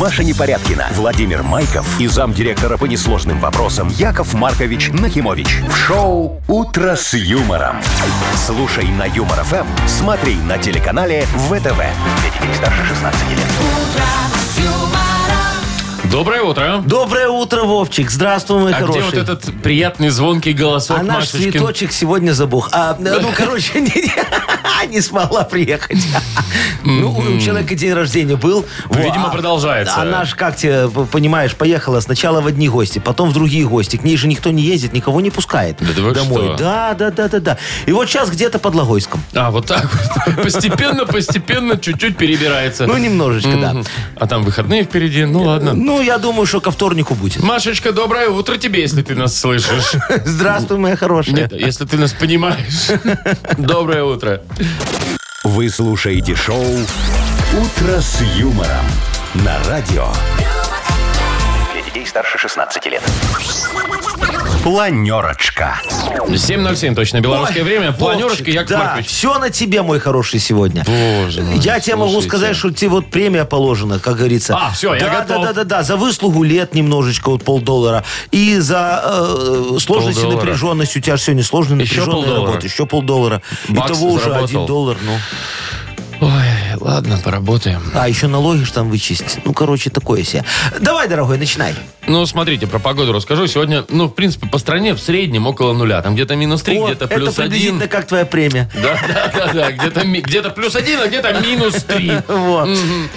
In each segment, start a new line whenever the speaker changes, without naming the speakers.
Маша Непорядкина, Владимир Майков и замдиректора по несложным вопросам Яков Маркович Нахимович. В шоу «Утро с юмором». Слушай на Юмор ФМ, смотри на телеканале ВТВ. детей старше 16 лет.
Доброе утро.
Доброе утро, Вовчик. Здравствуй, мой
А
хороший.
где вот этот приятный звонкий голосок
А наш
Машечкин?
цветочек сегодня забух. А, э, ну, короче, не, не- не смогла приехать. Ну, у человека день рождения был. Во,
Видимо,
а-
продолжается.
А наш, как тебе, п- понимаешь, поехала сначала в одни гости, потом в другие гости. К ней же никто не ездит, никого не пускает
Да вы
домой.
что?
Да, да, да, да, да. И вот сейчас где-то под Логойском.
А, вот так вот. Постепенно, постепенно, чуть-чуть перебирается.
Ну, немножечко, да.
А там выходные впереди, ну ладно.
Ну, я думаю, что ко вторнику будет.
Машечка, доброе утро тебе, если ты нас слышишь.
Здравствуй, моя хорошая.
Ну, Нет, если ты нас понимаешь. Доброе утро.
Вы слушаете шоу «Утро с юмором» на радио. Для детей старше 16 лет. Планерочка.
7.07 точно белорусское время. Планерочка,
Вовчик,
Яков
да,
Маркович.
все на тебе, мой хороший, сегодня.
Боже мой,
Я тебе могу
слушайте.
сказать, что тебе вот премия положена, как говорится.
А, всё, я
да,
готов.
Да, да, да, да, за выслугу лет немножечко, вот полдоллара. И за э, сложность и
Полдоллара.
напряженность. У тебя же сегодня сложная
Еще
напряженная
полдоллара.
работа. Еще полдоллара.
Бакс
Итого уже
заработал.
один доллар. Ну.
Ой, ладно, поработаем.
А, еще налоги ж там вычесть. Ну, короче, такое себе. Давай, дорогой, начинай.
Ну, смотрите, про погоду расскажу. Сегодня, ну, в принципе, по стране в среднем около нуля. Там где-то минус 3,
О,
где-то
это
плюс
приблизительно
1.
как твоя премия.
Да, да, да, да. Где-то, ми- где-то плюс один, а где-то минус три.
Вот.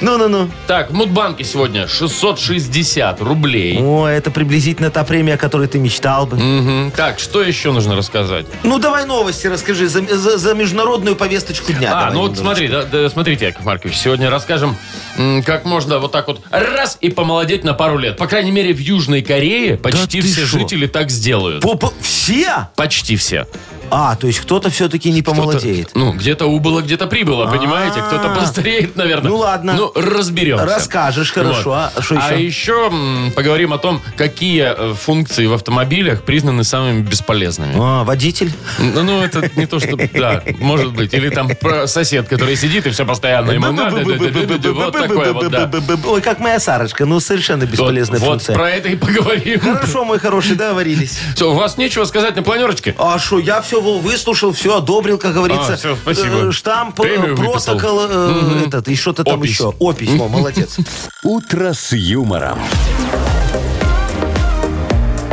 Ну, Ну-ну-ну.
Так, в Мудбанке сегодня 660 рублей.
О, это приблизительно та премия, о которой ты мечтал бы.
Мгм. Так, что еще нужно рассказать?
Ну, давай новости расскажи за, за- за международную повесточку дня.
А,
давай
ну вот
немножечко.
смотри, да, да, смотрите, Яков Маркович, сегодня расскажем, м, как можно вот так вот раз и помолодеть на пару лет. По крайней мере, в Южной Корее почти
ты
все
шо?
жители так сделают.
По- по- Все?
Почти все.
А, то есть кто-то все-таки не помолодеет. А.
Ну, где-то убыло, где-то прибыло, понимаете? Кто-то постареет, наверное.
Ну, ладно.
Ну, разберемся.
Расскажешь, хорошо. А что
А
еще?
еще м, поговорим о том, какие э, функции в автомобилях признаны самыми бесполезными.
А, водитель?
Ну, ну, это не то, что... Да, может быть. Или там про сосед, который сидит и все постоянно ему надо. да-да-да-да-да, Вот такое вот, да.
Ой, как моя Сарочка, ну совершенно бесполезная
Вот вот
функция.
про это и поговорим.
Хорошо, мой хороший, договорились.
Все, у вас нечего сказать на планерочке?
А что, я все выслушал, все одобрил, как говорится.
А, всё, спасибо.
Э, Штамп,
Премию
э,
выписал.
протокол, э, этот, и что-то там
Опись.
еще. Опись, во, молодец.
«Утро с юмором».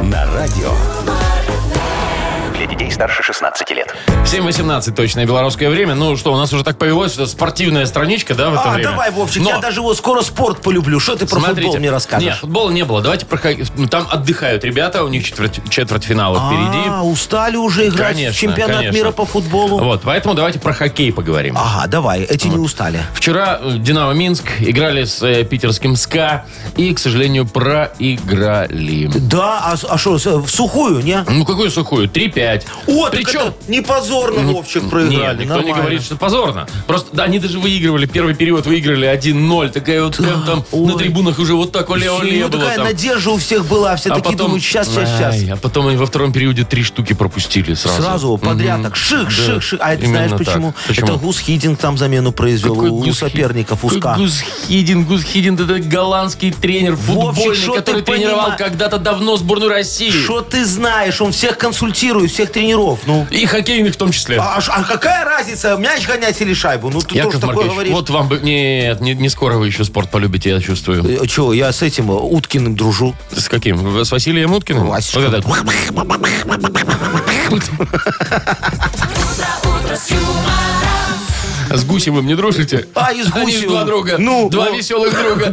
На радио. Для детей старше 16 лет.
7.18 точное белорусское время. Ну что, у нас уже так повелось, что спортивная страничка, да, в это
А,
время?
давай, Вовчик,
Но
я даже вот скоро спорт полюблю. Что ты про футбол мне
Нет,
расскажешь?
футбола не было. Давайте про хок- ну, Там отдыхают ребята, у них четверть, четвертьфинала впереди.
А, устали уже играть
Конечно,
в чемпионат
конечно.
мира по футболу.
Вот, поэтому давайте про хоккей поговорим.
Ага, давай, эти не устали.
Вчера э, Динамо Минск играли с э, питерским СКА и, к сожалению, проиграли.
Да, а что, в сухую, не?
Ну, какую сухую? 3-5.
О, так
Причем...
это не позорно,
Ну,
Вовчик,
Нет,
проиграли.
никто не
Нормально.
говорит, что позорно. Просто, да, они даже выигрывали. Первый период выиграли 1-0. Такая вот прям там
Ой.
на трибунах уже вот так
Всё,
оле-оле
ну,
было
такая
там.
надежда у всех была, а все такие думают, сейчас, сейчас, сейчас.
Ай, А потом они во втором периоде три штуки пропустили сразу.
Сразу подряд так шик, шик, шик. А это знаешь
Именно так.
почему?
Почему?
Это Гус Хидинг там замену произвел
Какой
у
Гус Хи-
соперников
какой
Уска.
Гус Хидин, Гус Хидин, это голландский тренер футбольный,
шо ты
который тренировал
понима-
когда-то давно сборную России.
Что ты знаешь? Он всех консультирует, всех тренеров. Ну.
И хоккейных в том числе.
А, ш- а какая разница, мяч гонять или шайбу? Ну ты
Яков
тоже такое
Маркович,
говоришь.
вот вам бы... Нет, не, не скоро вы еще спорт полюбите, я чувствую.
Э, Чего, я с этим э, Уткиным дружу. Ну, а
С каким? С Василием Уткиным?
Васечка.
Ну, Вот это. С Гусевым не дружите?
А, и с
Они ж
Гусевым.
два друга.
Ну,
два
ну.
веселых друга.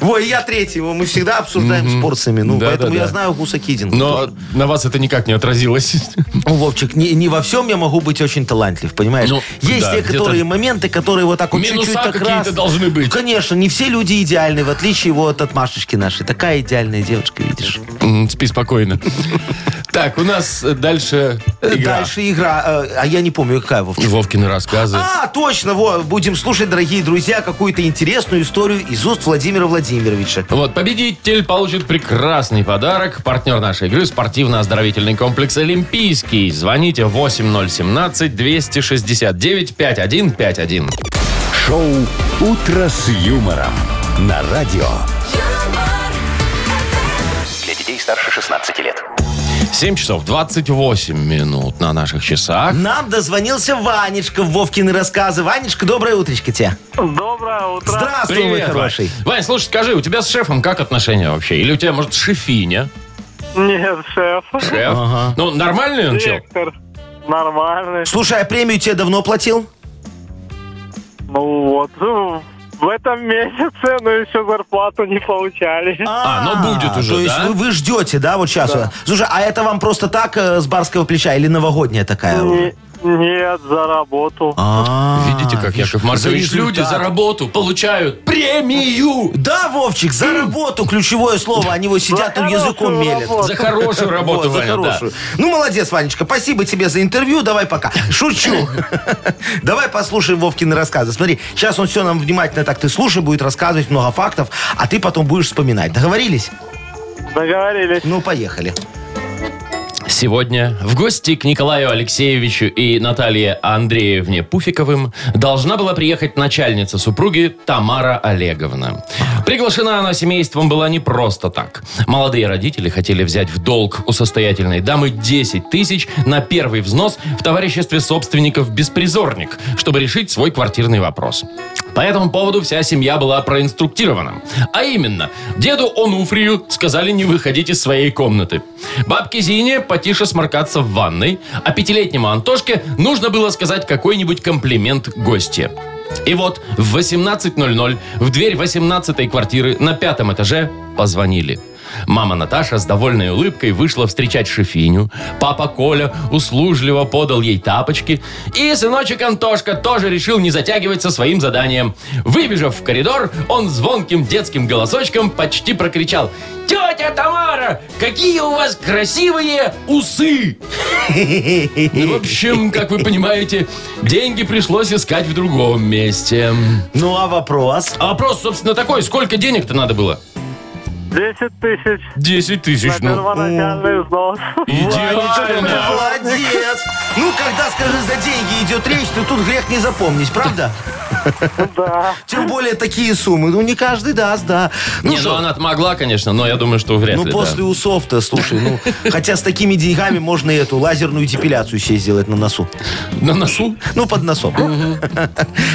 Ой, я третьего. Мы всегда обсуждаем с порциями. Ну,
Да,
поэтому
да,
я
да. Ну,
знаю Гуса Хидинга.
Но на вас это никак не отразилось.
Ну, Вовчик, не, не во всем я могу быть очень талантлив, понимаешь?
Ну,
Есть
да,
некоторые
где-то
моменты, которые вот так вот
Минуса
чуть-чуть как
какие-то
раз...
должны быть.
Конечно, не все люди идеальны, в отличие вот от Машечки нашей. Такая идеальная девочка, видишь.
М, Спи спокойно. Так, у нас э, дальше игра.
Дальше игра. э, а я не помню, какая, Вовчик.
Вовкины рассказы.
А, точно, вот, будем слушать, дорогие друзья, какую-то интересную историю из уст Владимира Владимировича.
Вот, победитель получит прекрасный подарок. Партнер нашей игры – спортивно-оздоровительный комплекс «Олимпийский». Звоните 8017-269-5151.
Шоу «Утро с юмором» на радио.
юмор,
Для детей старше 16 лет.
7 часов 28 минут на наших часах.
Нам дозвонился Ванечка в Вовкины рассказы. Ванечка, доброе утречко тебе.
Доброе утро.
Здравствуй, мой
Вань.
хороший.
Вань, слушай, скажи, у тебя с шефом как отношения вообще? Или у тебя, может, шефиня?
Нет, шеф.
Шеф? Ну, нормальный он чел?
Директор. Нормальный.
Слушай, а премию тебе давно платил?
Ну вот. ну, В этом месяце, но еще зарплату не получали.
А, ну будет уже,
То есть
да?
вы, вы ждете, да, вот сейчас? Слушай, а это вам просто так э, с барского плеча или новогодняя такая?
Не- Нет, за работу.
А,
Видите, как
видишь,
Яков Маркович,
за
люди
результат.
за работу получают премию
Да, Вовчик, за работу ключевое слово. Они его сидят
За
там языком
хорошую
мелят.
работу.
за хорошую
Вот,
работу,
за
Ваня, да.
хорошую. Ну, молодец, Ванечка. Спасибо тебе за интервью. Давай пока. Шучу. Давай послушаем Вовкины рассказы. Смотри, сейчас он все нам внимательно так ты слушай, будет рассказывать много фактов, а ты потом будешь вспоминать. Договорились?
Договорились.
Ну, поехали.
Сегодня в гости к Николаю Алексеевичу и Наталье Андреевне Пуфиковым должна была приехать начальница супруги Тамара Олеговна. Приглашена она семейством была не просто так. Молодые родители хотели взять в долг у состоятельной дамы 10 тысяч на первый взнос в товариществе собственников «Беспризорник», чтобы решить свой квартирный вопрос. По этому поводу вся семья была проинструктирована. А именно, деду Онуфрию сказали не выходить из своей комнаты. Бабке Зине потише сморкаться в ванной, а пятилетнему Антошке нужно было сказать какой-нибудь комплимент гостье. И вот в 18.00 в дверь 18-й квартиры на пятом этаже позвонили. Мама Наташа с довольной улыбкой вышла встречать шефиню. Папа Коля услужливо подал ей тапочки. И сыночек Антошка тоже решил не затягивать со своим заданием. Выбежав в коридор, он звонким детским голосочком почти прокричал. «Тетя Тамара, какие у вас красивые усы!» И, В общем, как вы понимаете, деньги пришлось искать в другом месте.
Ну, а вопрос?
А вопрос, собственно, такой. Сколько денег-то надо было?
10 тысяч ну.
10
на
тысяч.
первоначальный взнос.
Идеально.
Молодец! Ну, когда, скажи, за деньги идет речь, то тут грех не запомнить, правда?
Да.
Тем более такие суммы. Ну, не каждый даст, да.
Не,
что,
ну она могла, конечно, но я думаю, что вряд
Ну,
ли.
после
да.
усов-то, слушай, ну, хотя с такими деньгами можно и эту лазерную депиляцию себе сделать на носу.
На носу?
Ну, под носом.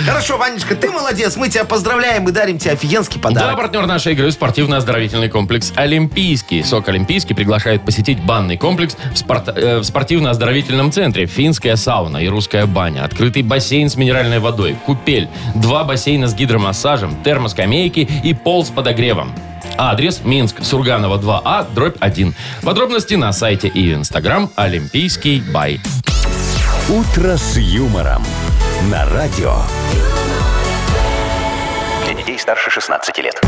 Хорошо, Ванечка, ты молодец, мы тебя поздравляем и дарим тебе офигенский
Да,
подарок.
партнер нашей игры – спортивно-оздоровительный комплекс «Олимпийский». «Сок Олимпийский» приглашает посетить банный комплекс в, спорт- э, в спортивно-оздоровительном центре. Финская сауна и русская баня, открытый бассейн с минеральной водой, купель, два бассейна с гидромассажем, термоскамейки и пол с подогревом. Адрес Минск, Сурганова 2А, дробь 1. Подробности на сайте и в Инстаграм «Олимпийский бай».
«Утро с юмором» на радио.
Для детей старше 16 лет.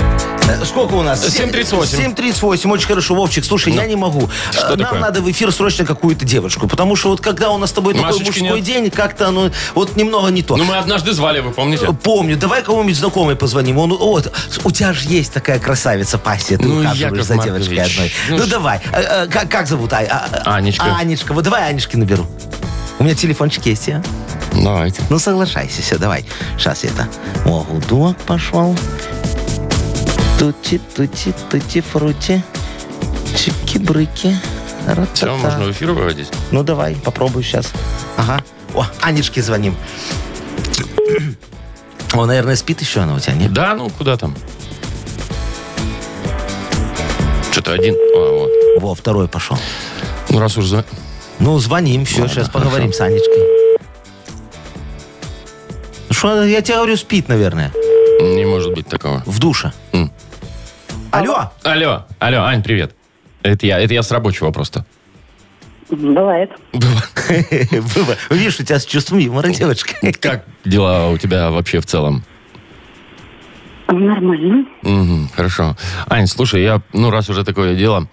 Э, Сколько у нас?
7:38.
7.38. Очень хорошо, Вовчик. Слушай, я не могу. Э, Нам
Ну, такое?
надо в эфир срочно какую-то девочку. Потому что вот когда у нас с тобой такой
Машечки
мужской
нет?
день, как-то оно вот немного не то. Э,
Ну, мы однажды звали, вы помните?
Помню. Давай кому-нибудь знакомой позвоним. Он, вот, у тебя же есть такая красавица Пасти. Ты
Ну,
ухаживаешь
Яков
за
Маркович,
девочкой одной.
ну
Ну,
ж-
давай. Э, э, как, как зовут? А- а-
Анечка.
Анечка. Вот давай Анечки наберу. У меня телефончик есть, а?
Давайте.
Ну, соглашайся, все, давай. Сейчас это. О, гудок пошел. Тути, тути, тути, фрути. Чики-брыки. Ра-та-та.
Все, можно в эфир выводить.
Ну, давай, попробую сейчас. Ага. О, Анечке звоним. О, наверное, спит еще она у тебя, нет?
Да, ну куда там? Что-то один. А, вот.
Во, второй пошел.
Ну раз уж за...
Ну, звоним, все, сейчас поговорим с Анечкой. Ну что, она, я тебе говорю, спит, наверное,
не может быть такого.
в душе.
М.
Алло,
Алло, алло, Ань, привет. Это я, это я с рабочего просто.
Бывает.
Быва, видишь, у тебя с чувством юмора девочка.
Как дела у тебя вообще в целом?
Ну, Нормально.
Мгм, хорошо. Ань, слушай, я, ну раз уже такое дело,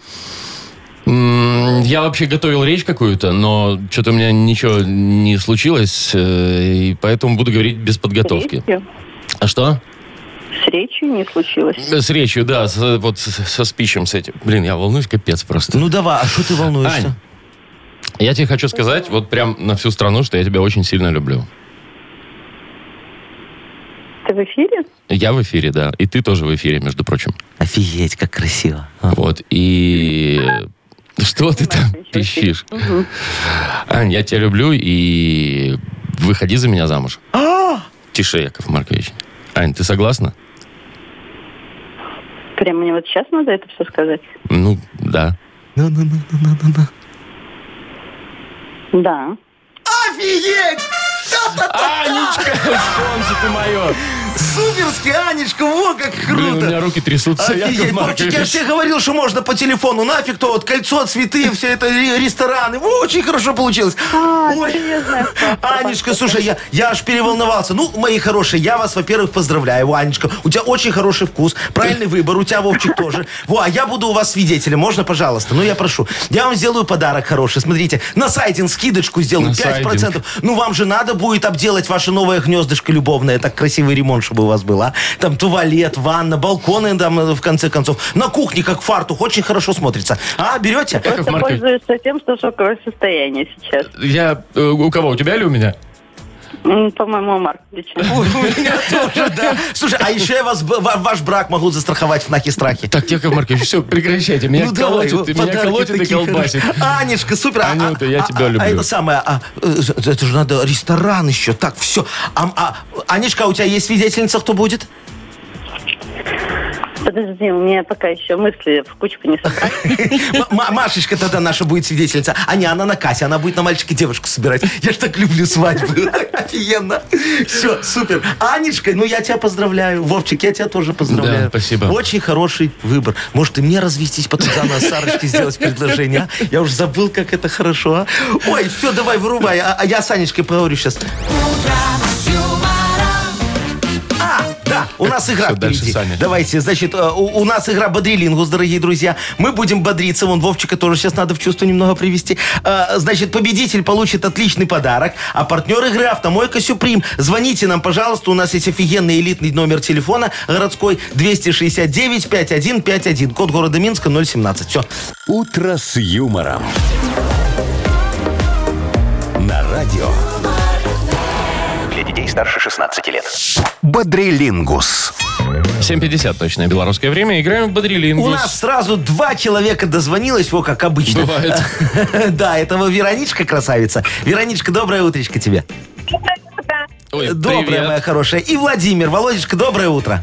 м, я вообще готовил речь какую-то, но что-то у меня ничего не случилось, э, и поэтому буду говорить без подготовки.
С речью.
А что?
С речью не случилось.
С речью, да, с- вот с- со спичем с этим. Блин, я волнуюсь капец просто.
Ну давай, а что ты волнуешься?
Ань, я тебе хочу сказать вот прям на всю страну, что я тебя очень сильно люблю.
Ты в эфире?
Я в эфире, да. И ты тоже в эфире, между прочим.
Офигеть, как красиво. А.
Вот. И что ты там пищишь? Ань, я тебя люблю и выходи за меня замуж.
А!
Тише, Яков Маркович. Ань, ты согласна?
Прям мне вот сейчас надо это все сказать?
Ну, да.
Ну-ну-ну-ну-ну-ну.
Да.
Офигеть!
Анечка, солнце ты мое!
Суперски, Анечка, во как
Блин, у меня руки
А,
трясутся, Яков
Офигеть, Вовчик, я же
Маркович.
тебе говорил, что можно по телефону. Нафиг то, вот кольцо, цветы, все это, ре- рестораны. Во, очень хорошо получилось. Ой. Анечка, слушай, я, я аж переволновался. Ну, мои хорошие, я вас, во-первых, поздравляю, Анечка. У тебя очень хороший вкус, правильный выбор, у тебя, Вовчик, тоже. Во, а я буду у вас свидетелем, можно, пожалуйста? Ну, я прошу. Я вам сделаю подарок хороший, смотрите. На сайтинг скидочку сделаю,
На
5%.
сайтинг.
Ну, вам же надо будет обделать ваше новое гнездышко любовное. Так красивый ремонт, чтобы у вас был, а? Там туалет, ванна, балконы там, э, в конце концов. На кухне, как фартух, очень хорошо смотрится. А, берете?
Яков
Просто
Маркович,
пользуешься тем, что шоковое состояние сейчас.
я... э, У кого? У тебя или у меня?
М, По-моему, у Марковича.
Ой, у меня тоже, да. Слушай, а еще я вас, б- ва- ваш брак могу застраховать в нахе страхе.
Так, Яков Маркович, все, прекращайте. Меня
Ну, давай,
колотит, и
вот
меня
подарки
колотит и
такие
колбасит.
хорошие. Анечка, супер. а-
Анюта,
а-
я
а-
тебя
а-
люблю.
А это самое, а, э, за- это же надо ресторан еще. Так, все. Анечка, а у тебя есть свидетельница, кто будет?
Подожди, у меня пока еще мысли в кучку не собрались.
М- Ма- Машечка тогда наша будет свидетельница. А не, она на кассе, она будет на мальчика и девушку собирать. Я ж так люблю свадьбы. Офигенно. Все, супер. Анечка, ну я тебя поздравляю. Вовчик, я тебя тоже поздравляю.
Да, спасибо.
Очень хороший выбор. Может, и мне развестись, потом заново Сарочке сделать предложение. а? Я уже забыл, как это хорошо. а. Ой, все, давай, вырубай. А а я с Анечкой поговорю сейчас. А, да, у нас игра
всё, дальше
впереди.
Саня.
Давайте, значит, э, у, у нас игра Бодрилингус, дорогие друзья. Мы будем бодриться. Вон Вовчика тоже сейчас надо в чувство немного привести. Э, Значит, победитель получит отличный подарок, а партнер игры «Автомойка Сюприм». Звоните нам, пожалуйста. У нас есть офигенный элитный номер телефона городской 269-5151. Код города Минска 017. Все.
«Утро с юмором». На радио
Для детей старше 16 лет.
«Бодрилингус».
7.50 точное белорусское время. Играем в Бодрилингус.
У нас сразу два человека дозвонилось, во как обычно.
Бывает.
Да, этого Вероничка красавица. Вероничка, доброе утречко тебе.
Ой,
Доброе, моя
привет.
хорошая. И Владимир. Володечка, доброе утро.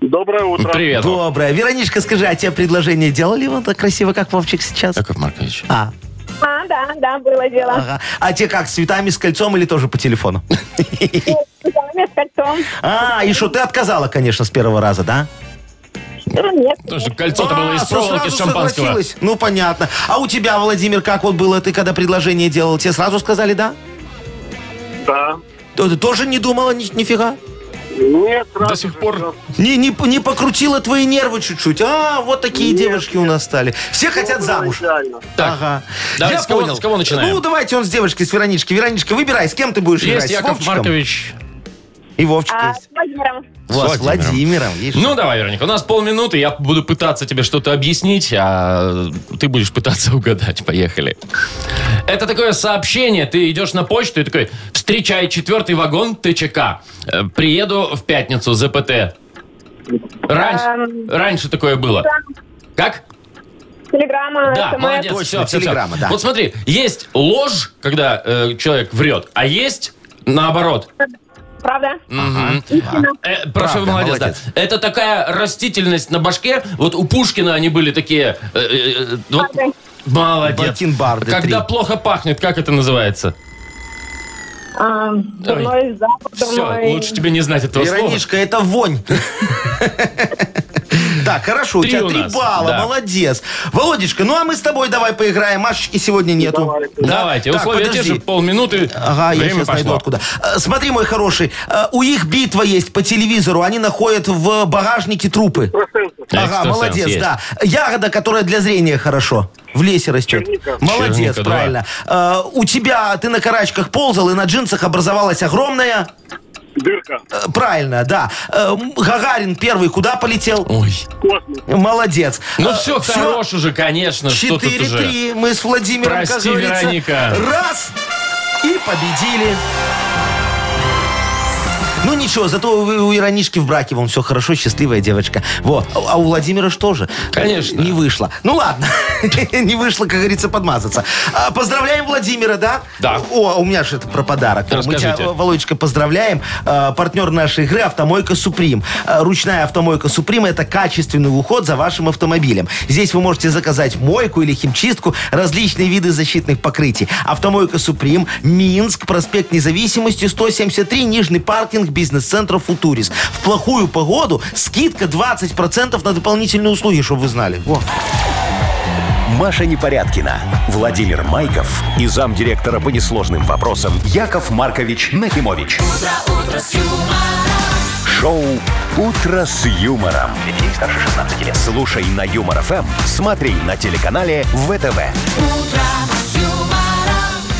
Доброе утро.
Привет.
Доброе. Вероничка, скажи, а тебе предложение делали вот так красиво, как Вовчик сейчас?
Яков Маркович.
А,
А, да, да, было дело.
ага. А те как, с цветами, с кольцом или тоже по телефону?
С вами, с кольцом.
А, и что, ты отказала, конечно, с первого раза, да?
Ну, нет.
Потому что кольцо-то было
А,
из
со-
проволоки, с
сразу
шампанского.
согласилась. Ну, понятно. А у тебя, Владимир, как вот было, ты когда предложение делал, тебе сразу сказали да?
Да.
Т- Ты тоже не думала ни- нифига?
Нет, сразу
сих
же
пор
всё.
Не, не, не покрутила твои нервы чуть-чуть? А, вот такие девушки у нас стали. Все хотят
Было
замуж.
идеально.
Так,
Ага.
давайте
А. Я
с кого-
понял.
с кого начинаем?
Ну, давайте он с девочки, с Веронички. Вероничка, выбирай, с кем ты будешь играть.
есть
с
Яков
Вовчиком?
Маркович.
И Вовчик
А,
есть.
с Владимиром.
Во,
с
С Владимиром. есть.
Ну давай, Вероника, у нас полминуты, я буду пытаться тебе что-то объяснить, а ты будешь пытаться угадать. Поехали. Это такое сообщение, ты идешь на почту и такой, встречай четвертый вагон ТЧК, Э, приеду в пятницу, ЗПТ. Раньше, раньше такое было. Как?
Телеграмма,
Да,
СМС.
молодец.
Точно,
Всё, всё, всё.
телеграмма, да.
Вот смотри, есть ложь, когда э, человек врет, а есть наоборот.
Правда?
Ну, Э, прошу,
Правда,
молодец,
молодец.
да. Это такая растительность на башке. Вот у Пушкина они были такие... э, э, э, вот-
Барды.
молодец.
Бакенбарды
Когда
три.
плохо пахнет, как это называется?
А, дурной запах,
Все,
дурной-
лучше тебе не знать этого слова.
Вероничка, это вонь. Так, хорошо, у
Три
тебя
у
три
нас,
балла,
да.
молодец. Володечка, ну а мы с тобой давай поиграем. Машечки сегодня нету.
Давай.
Давайте,
Так,
условия те
подожди.
же, полминуты,
Ага, я
время
сейчас найду
пошло.
откуда. Э, Смотри, мой хороший, э, у их битва есть по телевизору. Они находят в багажнике трупы.
Процентов.
Ага,
Экстрасенс
молодец,
есть.
да. Ягода, которая для зрения хорошо. В лесе растет.
Черника.
Молодец,
Черника, да.
правильно. Э, у тебя, ты на карачках ползал, и на джинсах образовалась огромная...
Дырка.
э, правильно, да. Э, м, Гагарин первый куда полетел?
Ой.
Космос.
Молодец.
Ну
Э,
все,
всё.
хорош уже, конечно, что тут уже.
4-3. Мы с Владимиром, как
Прости,
говорится,
Вероника.
раз и победили. Ну ничего, зато у, у Иронишки в браке вон все хорошо, счастливая девочка. Вот. А, а у Владимира что же?
Конечно.
Не вышло. Ну ладно. Не вышло, как говорится, подмазаться. А, Поздравляем Владимира, да?
Да.
О, а у меня же это про подарок. А Мы
Расскажите.
тебя, Володечка, поздравляем. А, Партнер нашей игры «Автомойка Суприм». А, Ручная «Автомойка Суприм» — это качественный уход за вашим автомобилем. Здесь вы можете заказать мойку или химчистку, различные виды защитных покрытий. «Автомойка Суприм», Минск, проспект Независимости, 173, Нижний паркинг, бизнес-центр «Футурис». В плохую погоду скидка 20% на дополнительные услуги, чтобы вы знали. Во.
Маша Непорядкина, Владимир Майков и замдиректора по несложным вопросам Яков Маркович Нахимович. Шоу Утро с юмором.
Для детей старше 16 лет.
Слушай на Юмор ФМ, смотри на телеканале ВТВ.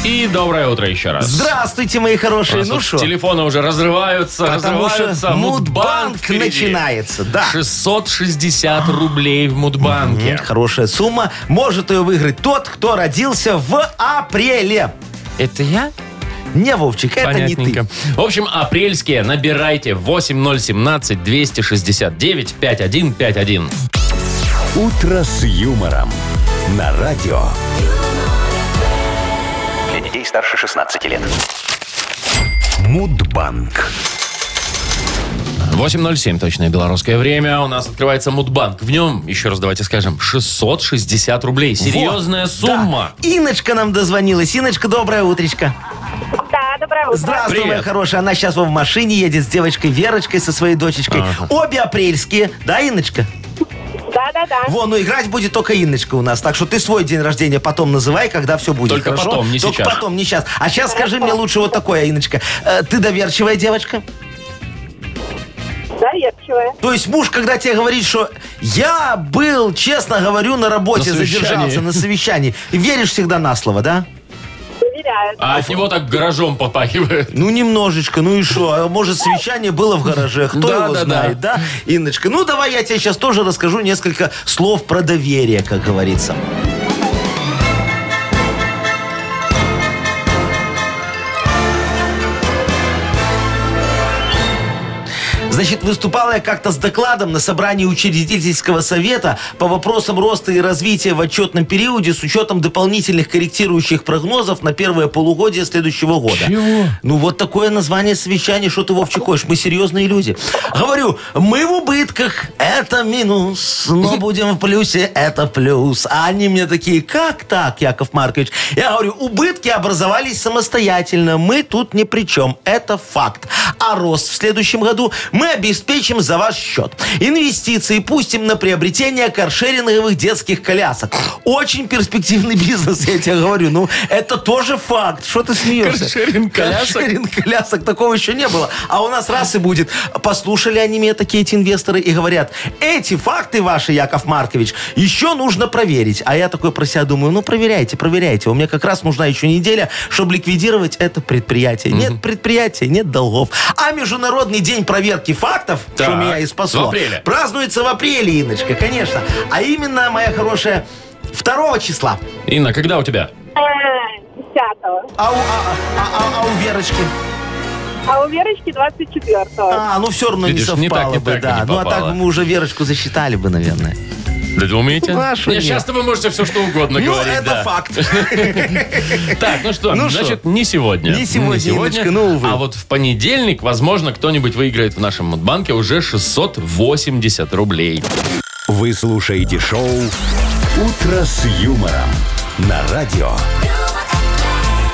И доброе утро еще раз.
Здравствуйте, мои
У
хорошие.
нас
Ну
вот
что?
Телефоны уже разрываются,
Потому что
разрываются.
Мудбанк
а впереди.
начинается, да.
660 рублей в Мудбанке.
Хорошая сумма. Может ее выиграть тот, кто родился в апреле.
Это я?
Не, Вовчик, это не
Понятненько.
ты.
В общем, апрельские набирайте 8017 269 5151.
Утро с юмором. На радио.
Для детей старше 16 лет.
Мудбанк.
8.07 точное белорусское время. У нас открывается Мудбанк. В нем, еще раз давайте скажем, 660 рублей. Серьезная
Вот,
сумма.
да. Иночка нам дозвонилась. Иночка, доброе утречко.
Да, доброе утро.
Здравствуй,
Привет.
моя хорошая. Она сейчас в машине едет с девочкой Верочкой, со своей дочечкой. Обе апрельские. Да, Иночка?
Да, да, да.
Во, ну играть будет только Инночка у нас. Так что ты свой день рождения потом называй, когда все будет.
Только
хорошо?
потом, не
Только
сейчас.
потом, не сейчас. А сейчас скажи мне лучше вот такое, Инночка. Э, Ты доверчивая девочка?
Доверчивая.
То есть муж, когда тебе говорит, что я был, честно говорю, на работе,
На совещании.
задержался на совещании, веришь всегда на слово, да?
Доверяю.
А от него так гаражом попахивает.
Ну, немножечко, ну и что? А Может, совещание было в гараже, кто
Да,
его
да,
знает, да. Инночка? Ну, давай я тебе сейчас тоже расскажу несколько слов про доверие, как говорится. Значит, выступала я как-то с докладом на собрании учредительского совета по вопросам роста и развития в отчетном периоде с учетом дополнительных корректирующих прогнозов на первое полугодие следующего года.
Чего?
Ну, вот такое название совещания, что ты, Вовчик, хочешь? Мы серьезные люди. Говорю, мы в убытках, это минус, но будем в плюсе, это плюс. А они мне такие, как так, Яков Маркович? Я говорю, убытки образовались самостоятельно, мы тут ни при чем, это факт. А рост в следующем году мы обеспечим за ваш счет. Инвестиции пустим на приобретение каршеринговых детских колясок. Очень перспективный бизнес, я тебе говорю. Ну, это тоже факт. Что ты смеешься?
Каршеринг колясок?
Каршеринг колясок. Такого еще не было. А у нас раз и будет. Послушали они меня, такие эти инвесторы, и говорят, эти факты ваши, Яков Маркович, еще нужно проверить. А я такой про себя думаю, ну проверяйте, проверяйте. У меня как раз нужна еще неделя, чтобы ликвидировать это предприятие. Нет предприятия, нет долгов. А Международный день проверки фактов,
Так,
что меня и спасло,
в апреле.
празднуется в апреле, Иночка, конечно. А именно, моя хорошая, 2 числа.
Инна, когда у тебя?
Э, Десятого.
А у, а- а- а- а у Верочки?
А у Верочки 24-го.
А, ну все равно
Видишь,
не
не так,
совпало
не
бы,
так,
да.
не
ну а
попало.
так мы уже Верочку засчитали бы, наверное.
Да вы умеете?
Машу
Не,
нет.
сейчас-то вы можете все что угодно
ну,
говорить.
это
да.
факт.
Так, ну что,
Ну
значит, не сегодня.
Не сегодня, Инночка, ну, увы.
А вот в понедельник, возможно, кто-нибудь выиграет в нашем Мудбанке уже 680 рублей.
Вы слушаете шоу Утро с юмором. На радио.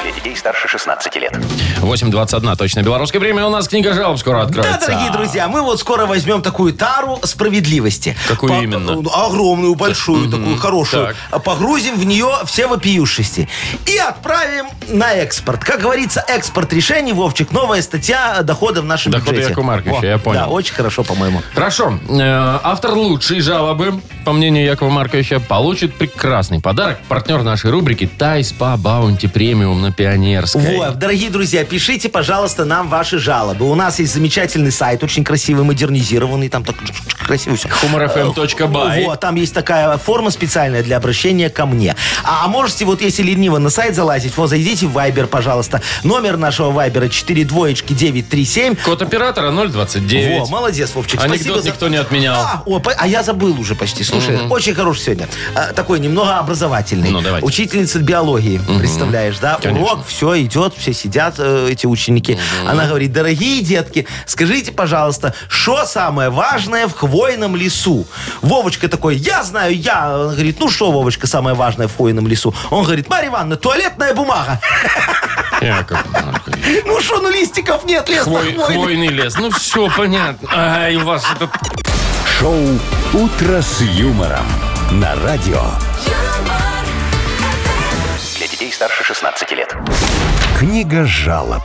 Для детей старше 16 лет.
8.21 точно белорусское время. У нас книга жалоб скоро
Да,
откроется.
дорогие друзья, мы вот скоро возьмем такую тару справедливости.
Какую именно?
ну, Огромную, большую, такую хорошую.
Так.
А Погрузим в нее все вопиюшести. И отправим на экспорт. Как говорится, экспорт решений, Вовчик, новая статья дохода в нашем
Доходы
бюджете.
Якова Марковича, я понял.
Да, очень хорошо, по-моему.
Хорошо. Э, Автор лучшей жалобы, по мнению Якова Марковича, получит прекрасный подарок. Партнер нашей рубрики «Тай спа Баунти Премиум» на Пионерской.
Вот, дорогие друзья, пишите, пожалуйста, нам ваши жалобы. У нас есть замечательный сайт, очень красивый, модернизированный, там так красиво все.
Humorfm.by.
Вот, там есть такая форма специальная для обращения ко мне. А, а можете, вот если лениво на сайт залазить, вот зайдите в Viber, пожалуйста. Номер нашего Вайбера 4 двоечки 937.
Код оператора 029.
Во, молодец, Вовчик.
Анекдот
спасибо за-
никто не отменял.
А, о, по- а я забыл уже почти. Слушай, очень хорош сегодня. А, такой немного образовательный.
Ну, давайте.
Учительница биологии, представляешь, да? Урок, все идет, все сидят, э, эти ученики. Она говорит, дорогие детки, скажите, пожалуйста, что самое важное в хвойном лесу? Вовочка такой, я знаю, я. Она говорит, ну что, Вовочка, самое важное в хвойном лесу? Он говорит, Марья Ивановна, туалетная бумага.
Яков Маркович.
Ну что, ну листиков нет, лес
Хвой- хвойный лес. Ну все, понятно. Ай, у вас этот...
Шоу «Утро с юмором» на радио.
юмор,
Для детей старше 16 лет.
Книга жалоб.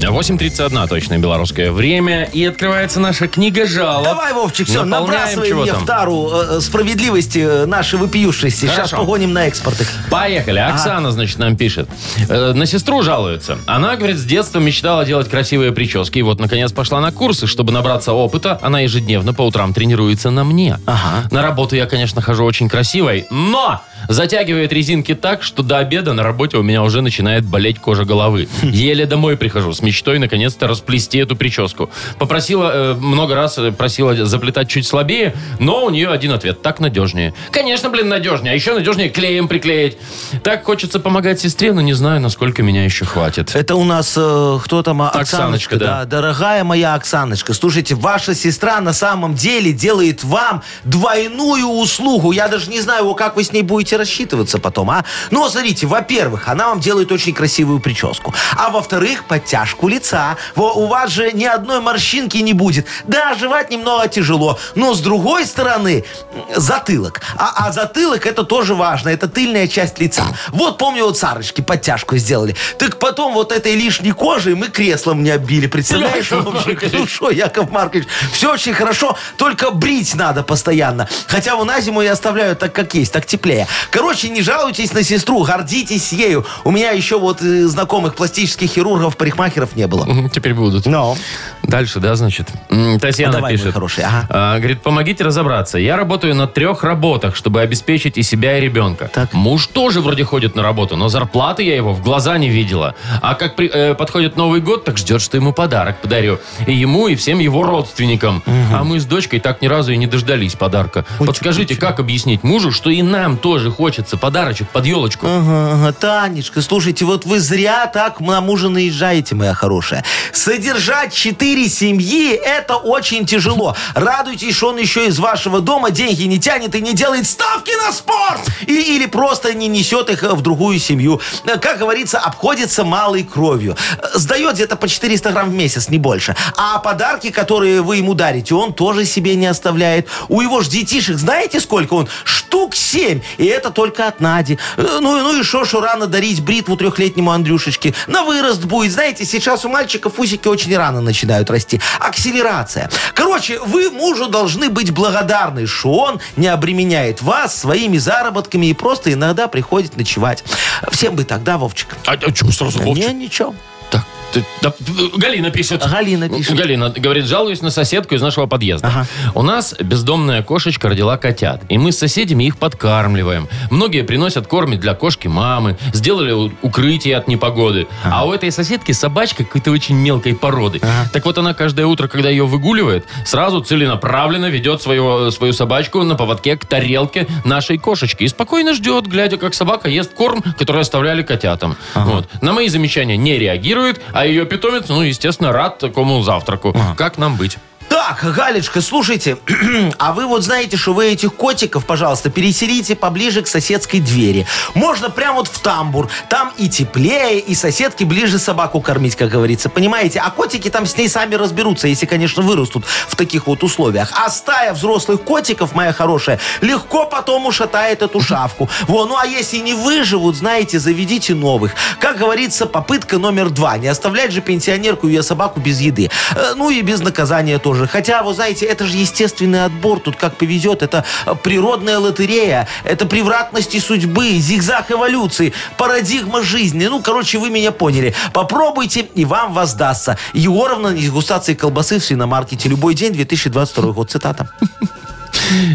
8.31 точное белорусское время. И открывается наша книга жалоб.
Давай, Вовчик, все,
Наполняем
набрасывай
чего
мне
там.
в тару э, э, справедливости э, нашей вопиющести. Сейчас
Хорошо.
погоним на экспорт их.
Поехали.
А.
Оксана, значит, нам пишет. Э, На сестру жалуется. Она, говорит, с детства мечтала делать красивые прически. И вот, наконец, пошла на курсы, чтобы набраться опыта. Она ежедневно по утрам тренируется на мне.
Ага.
На работу я, конечно, хожу очень красивой, но затягивает резинки так, что до обеда на работе у меня уже начинает болеть кожа головы. Еле домой прихожу с мечтой, наконец-то, расплести эту прическу. Попросила, э, много раз э, просила заплетать чуть слабее, но у нее один ответ. Так надежнее. Конечно, блин, надежнее. А еще надежнее клеем приклеить. Так хочется помогать сестре, но не знаю, насколько меня еще хватит.
Это у нас э, кто там? а,
Оксаночка,
Оксаночка,
да.
да. Дорогая моя Оксаночка, слушайте, ваша сестра на самом деле делает вам двойную услугу. Я даже не знаю, как вы с ней будете рассчитываться потом, а? Но смотрите, во-первых, она вам делает очень красивую прическу. А во-вторых, подтяжку лица. Во- у вас же ни одной морщинки не будет. Да, жевать немного тяжело. Но с другой стороны, м, затылок. А, а затылок это тоже важно. Это тыльная часть лица. Вот помню, вот Сарочки подтяжку сделали. Так потом вот этой лишней кожей мы креслом не оббили. Представляешь,
Яков
Вовчик?
Маркович.
Ну что, Яков Маркович, все очень хорошо, только брить надо постоянно. Хотя вон на зиму я оставляю так, как есть, так теплее. Короче, не жалуйтесь на сестру, гордитесь ею. У меня еще вот э, знакомых пластических хирургов, парикмахеров не было.
Мгм, Теперь будут.
Но.
Дальше, да, значит? М, Татьяна
Ну, Давай, мой
пишет.
хороший, ага.
А, Говорит, помогите разобраться. Я работаю на трех работах, чтобы обеспечить и себя, и ребенка.
Так.
Муж тоже вроде ходит на работу, но зарплаты я его в глаза не видела. А как при- э, подходит Новый год, так ждет, что ему подарок подарю. И ему, и всем его родственникам. А мы с дочкой так ни разу и не дождались подарка. Подскажите, как объяснить мужу, что и нам тоже хочется подарочек под елочку?
Ага, ага. Танечка, слушайте, вот вы зря так на мужа наезжаете, моя хорошая. Содержать четыре семьи – это очень тяжело. Радуйтесь, что он еще из вашего дома деньги не тянет и не делает ставки на спорт. И- или просто не несет их э, в другую семью. Э, Как говорится, обходится малой кровью. Э, Сдает где-то по 400 грамм в месяц, не больше. А подарки, которые вы ему дарите, он тоже себе не оставляет. У его ж детишек, знаете сколько он? Штук семь. И это только от Нади. Э, Ну, и- ну и шо, шо рано дарить бритву трехлетнему Андрюшечке. На вырост будет. Знаете, сейчас у мальчиков усики очень рано начинают расти. Акселерация. Короче, вы мужу должны быть благодарны, что он не обременяет вас своими заработками и просто иногда приходит ночевать. Всем бы тогда, Вовчик.
А, а чё сразу Вовчик?
Не, ничего.
Так, ты- да, э, Галина пишет.
Галина
Ну,
пишет.
Галина говорит, жалуюсь на соседку из нашего подъезда. У нас бездомная кошечка родила котят, и мы с соседями их подкармливаем. Многие приносят кормить для кошки мамы, сделали у- укрытие от непогоды. А у этой соседки собачка какой-то очень мелкой породы. Так вот она каждое утро, когда ее выгуливает, сразу целенаправленно ведет свою, свою собачку на поводке к тарелке нашей кошечки и спокойно ждет, глядя, как собака ест корм, который оставляли котятам. Вот. На мои замечания не реагирует, а ее питомец, ну, естественно, рад такому завтраку. Как нам быть?
Так, Галечка, слушайте, а вы вот знаете, что вы этих котиков, пожалуйста, переселите поближе к соседской двери. Можно прямо вот в тамбур. Там и теплее, и соседки ближе собаку кормить, как говорится. Понимаете? А котики там с ней сами разберутся, если, конечно, вырастут в таких вот условиях. А стая взрослых котиков, моя хорошая, легко потом ушатает эту шавку. Во, ну а если не выживут, знаете, заведите новых. Как говорится, попытка номер два. Не оставлять же пенсионерку и ее собаку без еды. Э, Ну и без наказания тоже похоже. Хотя, вы знаете, это же естественный отбор, тут как повезет. Это э, природная лотерея, это превратности судьбы, зигзаг эволюции, парадигма жизни. Ну, короче, вы меня поняли. Попробуйте, и вам воздастся. Егоровна на дегустации колбасы в свиномаркете. Любой день, 2022 год. Цитата.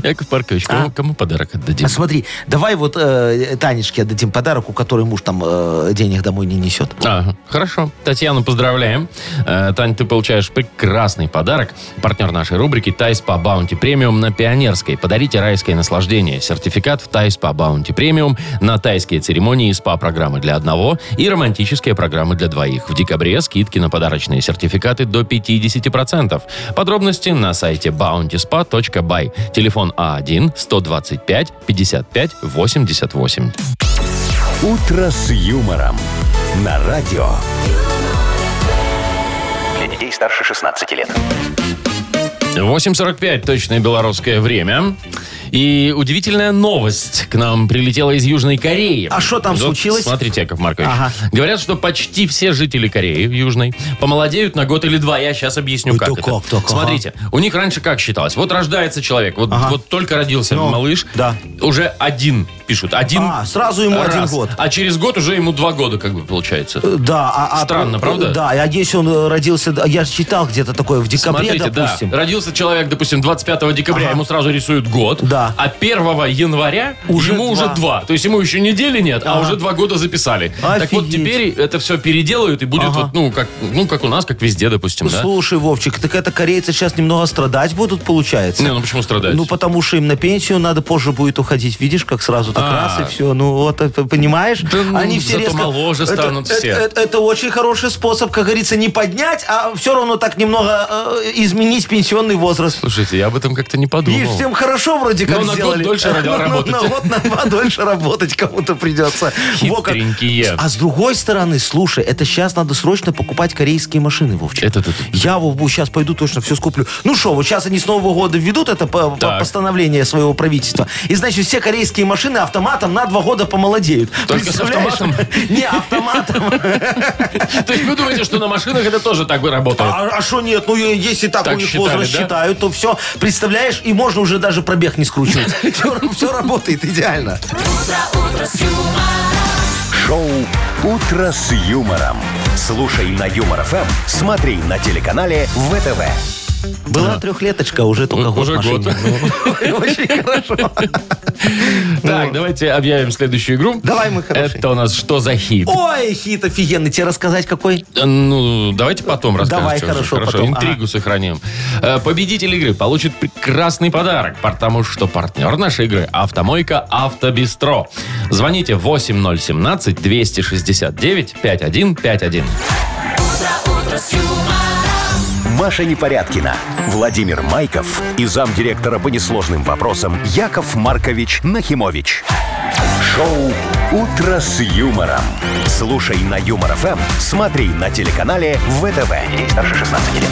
Яков Маркович, кому, кому подарок отдадим?
А смотри, давай вот э, Танечке отдадим подарок, у которой муж там э, денег домой не несет.
Ага, хорошо. Татьяну поздравляем. Э, Тань, ты получаешь прекрасный подарок. Партнер нашей рубрики «Тайс по баунти премиум» на Пионерской. Подарите райское наслаждение. Сертификат в «Тайс по баунти премиум» на тайские церемонии и СПА-программы для одного и романтические программы для двоих. В декабре скидки на подарочные сертификаты до 50%. Подробности на сайте bountyspa.by. Телефон А А1-125-55-88.
«Утро с юмором» на радио.
Для детей старше 16 лет.
8.45, точное белорусское время. И удивительная новость к нам прилетела из Южной Кореи.
А что там
Вот
случилось?
Смотрите, Яков Маркович.
Ага.
Говорят, что почти все жители Кореи Южной помолодеют на год или два. Я сейчас объясню,
Ой,
как
да
это.
как так, ага.
Смотрите, у них раньше как считалось? Вот рождается человек, вот,
Ага.
вот только родился
Ну,
малыш,
да.
уже один пишут, один
А, сразу ему один
раз.
год.
А через год уже ему два года, как бы, получается.
Э, Да, а, а-
Странно,
э,
правда?
Да, а если он э, родился, да, я же читал где-то такое в декабре,
Смотрите,
допустим.
да. Родился человек, допустим, 25 декабря,
Ага.
ему сразу рисуют год.
Да.
А 1 января
Уже
ему
два.
уже два. То есть ему еще недели нет, а
Ага.
уже два года записали. Так вот
Офигеть.
теперь это все переделают и будет
Ага.
вот, ну, как, ну, как у нас, как везде, допустим, да?
Слушай, Вовчик, так это корейцы сейчас немного страдать будут, получается.
Не, ну почему страдать?
Ну, потому что им на пенсию надо позже будет уходить. Видишь, как сразу так
А.
раз и все. Ну, вот, это, понимаешь?
Да ну,
Они все
зато
резко...
моложе
Это-
станут
это,
все.
Это, это очень хороший способ, как говорится, не поднять, а все равно так немного э, изменить пенсионный возраст.
Слушайте, я об этом как-то не подумал.
Видишь, всем хорошо вроде как
Ну, на год
сделали.
дольше
Ну, на-
работать.
На год, на два дольше работать кому-то придется. Во как.
Хитренькие.
А с другой стороны, слушай, это сейчас надо срочно покупать корейские машины, Вовчик.
Это ты тут.
Я сейчас пойду точно все скуплю. Ну что, вот сейчас они с Нового года введут это по- по-
Так.
постановление своего правительства. И значит, все корейские машины автоматом на два года помолодеют.
Только с
Представляешь?
автоматом?
Не, автоматом.
То есть вы думаете, что на машинах это тоже так бы работает?
А что нет? Ну, е- если так,
Э, Так
у них
считали,
возраст
да?
считают, то все, представляешь, и можно уже даже пробег не скручивать. Все работает идеально.
Шоу «Утро с юмором». Слушай на Юмор ФМ, смотри на телеканале ВТВ.
Была трехлеточка, уже только год
Э, Уже год.
машине. Ну, Очень хорошо.
Так, давайте объявим следующую игру.
Давай, мой хороший.
Это у нас что за хит?
Ой, хит офигенный. Тебе рассказать какой?
Э, Ну, давайте потом расскажете.
Давай,
уже.
хорошо, потом.
Интригу сохраним. Э, Победитель игры получит прекрасный подарок, потому что партнер нашей игры – автомойка «Автобестро». Звоните 8017-269-5151.
Маша Непорядкина, Владимир Майков и замдиректора по несложным вопросам Яков Маркович Нахимович. Шоу «Утро с юмором». Слушай на Юмор ФМ, смотри на телеканале ВТВ. Ей старше 16 лет.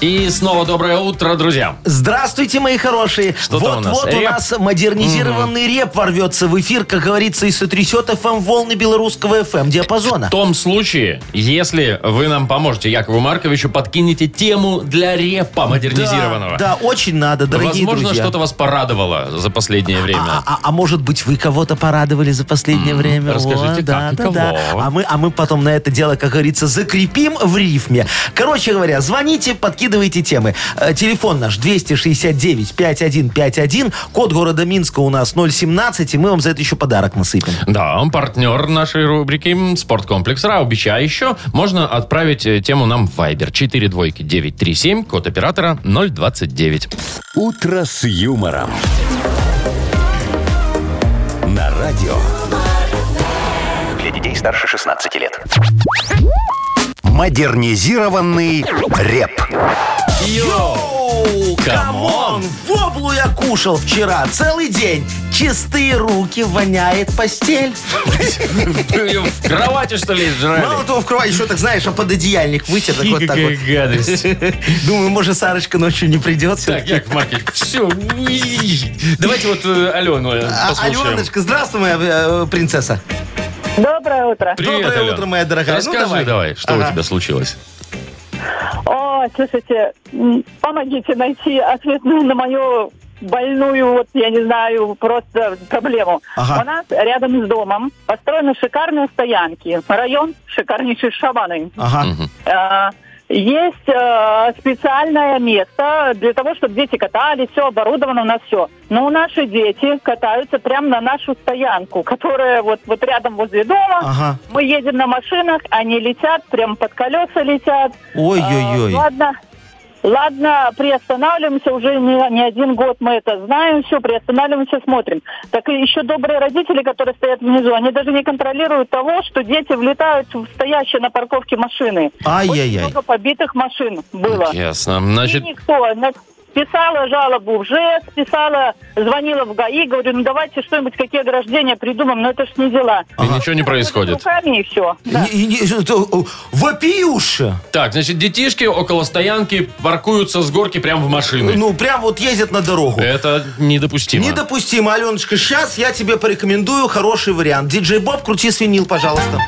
И снова доброе утро, друзья.
Здравствуйте, мои хорошие.
там у
Вот-вот
нас?
у,
Реп?
нас модернизированный реп ворвется в эфир, как говорится, и сотрясет FM волны белорусского FM диапазона.
В том случае, если вы нам поможете, Якову Марковичу, подкинете тему для репа модернизированного.
Да, да, очень надо, дорогие
Возможно,
друзья.
что-то вас порадовало за последнее время.
А, а- а может быть, вы кого-то порадовали за последнее время?
расскажите, как
да,
и
да,
кого?
да. А мы, а мы потом на это дело, как говорится, закрепим в рифме. Короче говоря, звоните, подкидывайте темы. Э, Телефон наш 269-5151, код города Минска у нас 017, и мы вам за это еще подарок насыпем.
Да, он партнер нашей рубрики м, «Спорткомплекс Раубича». А еще можно отправить э, тему нам в Viber. 4 двойки 937, код оператора 029.
«Утро с юмором». На радио
Для детей старше 16 лет.
«Модернизированный реп».
Йоу,
камон!
камон! Воблу я кушал вчера целый день. Чистые руки воняет постель.
Вы ее в кровати, что ли,
Мало
жрали?
того, в кровати еще так, знаешь, а пододеяльник вытер. Так
И
вот так
какая
вот.
гадость.
Думаю, может, Сарочка ночью не придет
Так,
все-таки.
Яков Маркович, все. Давайте вот э, Алену э, послушаем.
А, Аленочка, здравствуй, моя э, принцесса.
Доброе утро.
Привет,
Доброе
Ален.
утро, моя дорогая. Ну,
Расскажи
давай.
давай, что у
Ага.
тебя случилось.
О, Ой, слушайте, м, помогите найти ответ на на мою больную, вот я не знаю, просто проблему.
Ага.
У нас рядом с домом построены шикарные стоянки. Район шикарнейший Шабаны.
Ага.
Э, Есть э, специальное место для того, чтобы дети катались, все оборудовано у нас все. Но наши дети катаются прямо на нашу стоянку, которая вот, вот рядом возле дома.
Ага.
Мы едем на машинах, они летят, прям под колеса летят.
Ой-ой-ой.
А, Ладно. Ладно, приостанавливаемся, уже не, не один год мы это знаем, все, приостанавливаемся, смотрим. Так и еще добрые родители, которые стоят внизу, они даже не контролируют того, что дети влетают в стоящие на парковке машины. Очень
Ай-яй-яй.
много побитых машин было.
Ясно.
И
Значит,
никто. на- Писала жалобу в ЖЭС, писала, звонила в ГАИ, говорю, ну давайте что-нибудь, какие ограждения придумаем, но это ж не дела.
и ничего не происходит.
Руками и все.
Не- не- то- о, Вопиюша!
Так, значит, детишки около стоянки паркуются с горки прямо в машины.
Ну, прям вот ездят на дорогу.
Это недопустимо.
Недопустимо, Аленочка. Сейчас я тебе порекомендую хороший вариант. Диджей Боб, крути свинил, пожалуйста.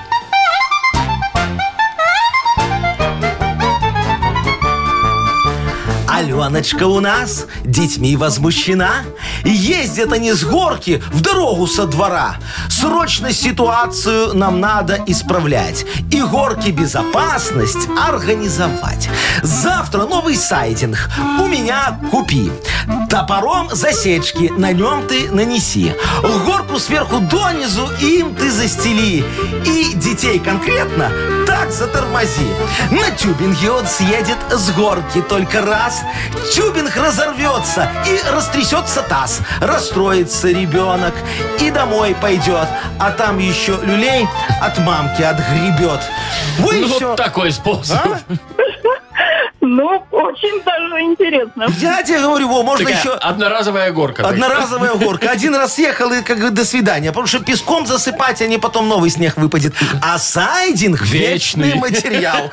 Аленочка у нас детьми возмущена. Ездят они с горки в дорогу со двора. Срочно ситуацию нам надо исправлять. И горки безопасность организовать. Завтра новый сайдинг. У меня купи. Топором засечки на нем ты нанеси. Горку сверху донизу им ты застели. И детей конкретно так затормози. На тюбинге он съедет с горки только раз. Тюбинг разорвется и растрясется таз. Расстроится ребенок и домой пойдет. А там еще люлей от мамки отгребет. Вы
Ну,
еще...
вот такой способ.
А?
Ну, очень даже интересно.
Я тебе говорю, во, можно
Такая
еще...
одноразовая горка.
Одноразовая горка. Один раз съехал и как бы до свидания. Потому что песком засыпать, а не потом новый снег выпадет. А сайдинг
Вечный.
вечный, материал.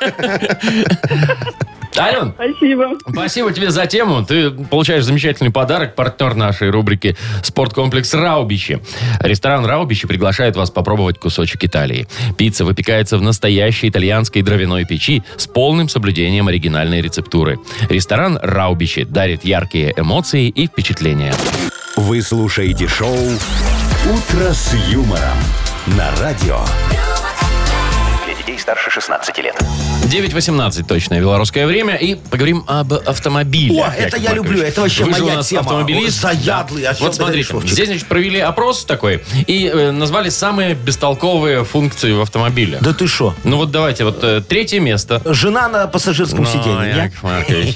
Ален,
Спасибо.
Спасибо тебе за тему. Ты получаешь замечательный подарок. Партнер нашей рубрики «Спорткомплекс Раубичи». Ресторан Раубичи приглашает вас попробовать кусочек Италии. Пицца выпекается в настоящей итальянской дровяной печи с полным соблюдением оригинальной рецептуры. Ресторан Раубичи дарит яркие эмоции и впечатления.
Вы слушаете шоу «Утро с юмором» на радио.
Для детей старше 16 лет.
9.18 точное белорусское время. И поговорим об автомобиле.
О,
Яков
это я
Маркович.
люблю, это вообще
Вы же
моя
у нас
тема.
автомобилист.
Вот заядлый,
Да.
о чем
Вот
ты говоришь,
смотрите,
Вовчик?
здесь, значит, провели опрос такой и э, назвали самые бестолковые функции в автомобиле.
Да ты что?
Ну вот давайте, вот э, третье место.
Жена на пассажирском
Ну,
сиденье. не?
Яков Маркович.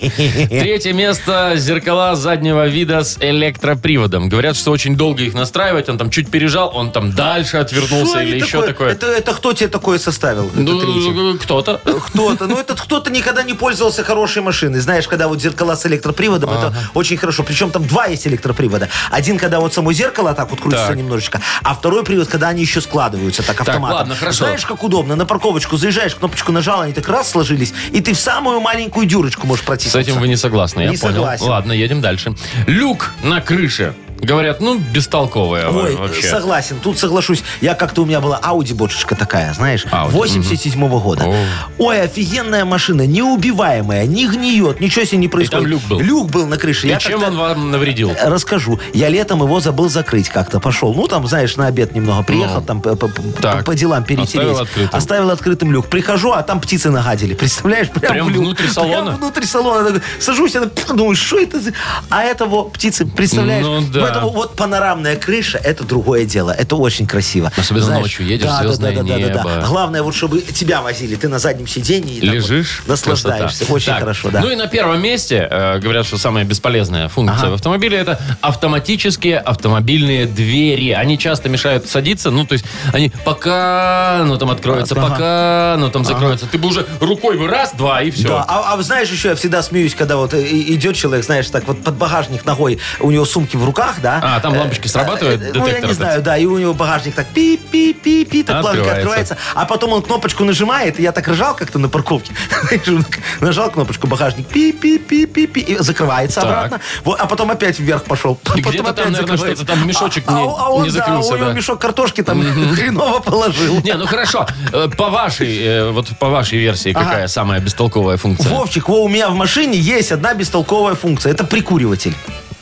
Третье место – зеркала заднего вида с электроприводом. Говорят, что очень долго их настраивать. Он там чуть пережал, он там дальше
Что
отвернулся
они
или еще такое.
Это, это кто тебе такое составил? Это третий.
ну, кто-то.
Кто-то, ну этот кто-то никогда не пользовался хорошей машиной. Знаешь, когда вот зеркала с электроприводом, это очень хорошо. Причем там два есть электропривода. Один, когда вот само зеркало так вот крутится
Так.
немножечко, а второй привод, когда они еще складываются так автоматом.
ладно, хорошо.
Знаешь, как удобно, на парковочку заезжаешь, кнопочку нажал, они так раз сложились, и ты в самую маленькую дюрочку можешь
С
протиснуться.
этим вы не согласны, я
Не
понял.
согласен.
Ладно, едем дальше. Люк на крыше. Говорят, ну, бестолковая во-
Ой, э,
вообще.
согласен, тут соглашусь. Я как-то у меня была Ауди-бочечка такая, знаешь,
Ауди,
87 года.
О.
Ой, офигенная машина, неубиваемая, не гниет, ничего себе не происходит.
там люк был.
Люк был на крыше.
И
Я
чем
как-то-
он вам навредил?
Э, Расскажу. Я летом его забыл закрыть как-то. Пошел. Ну, там, знаешь, на обед немного приехал, там по, по- по-
Ну, так.
по делам перетереть.
Оставил открытым.
Оставил открытым люк. Прихожу, а там птицы нагадили. Представляешь? Прям,
Прям
в люк.
внутрь салона?
Прям внутрь салона. Так, Сажусь, я так, пф, думаю, что это? за-?» А это вот птицы, представляешь?
Ну, да.
Поэтому вот панорамная крыша, это другое дело. Это очень красиво.
Особенно ночью едешь,
да, да,
звездное
да, да, да, да, да.
небо.
Главное, вот чтобы тебя возили. Ты на заднем сиденье. и так вот
Лежишь,
наслаждаешься.
красота.
Очень
Так,
хорошо, да.
Ну и на первом месте, э, говорят, что самая бесполезная функция
Ага.
в автомобиле, это автоматические автомобильные двери. Они часто мешают садиться, ну, то есть они пока, ну, там откроется,
Ага.
пока, ну, там закроется. Ты бы уже рукой бы раз, два, и все.
Да, а, а э, знаешь еще, я всегда смеюсь, когда вот и- и- идет человек, знаешь, так вот под багажник ногой, у него сумки в руках да.
А, там лампочки срабатывают,
Э, э, Ну, я
детектор
не
этот?
знаю, да, и у него багажник так пи-пи-пи-пи, так плавненько
Открывается.
открывается. А потом он кнопочку нажимает, и я так ржал как-то на парковке. Нажал кнопочку, багажник пи-пи-пи-пи-пи, и закрывается
Так.
обратно. Вот, А потом опять вверх пошел.
И
Потом
где-то там,
опять
наверное,
закрывается.
что-то там мешочек
А-
не-
а он,
не
да,
закрылся,
у него
да.
мешок картошки там хреново положил.
Не, ну хорошо. Э, По вашей, э, вот по вашей версии, какая самая бестолковая функция?
Вовчик, во, у меня в машине есть одна бестолковая функция. Это прикуриватель.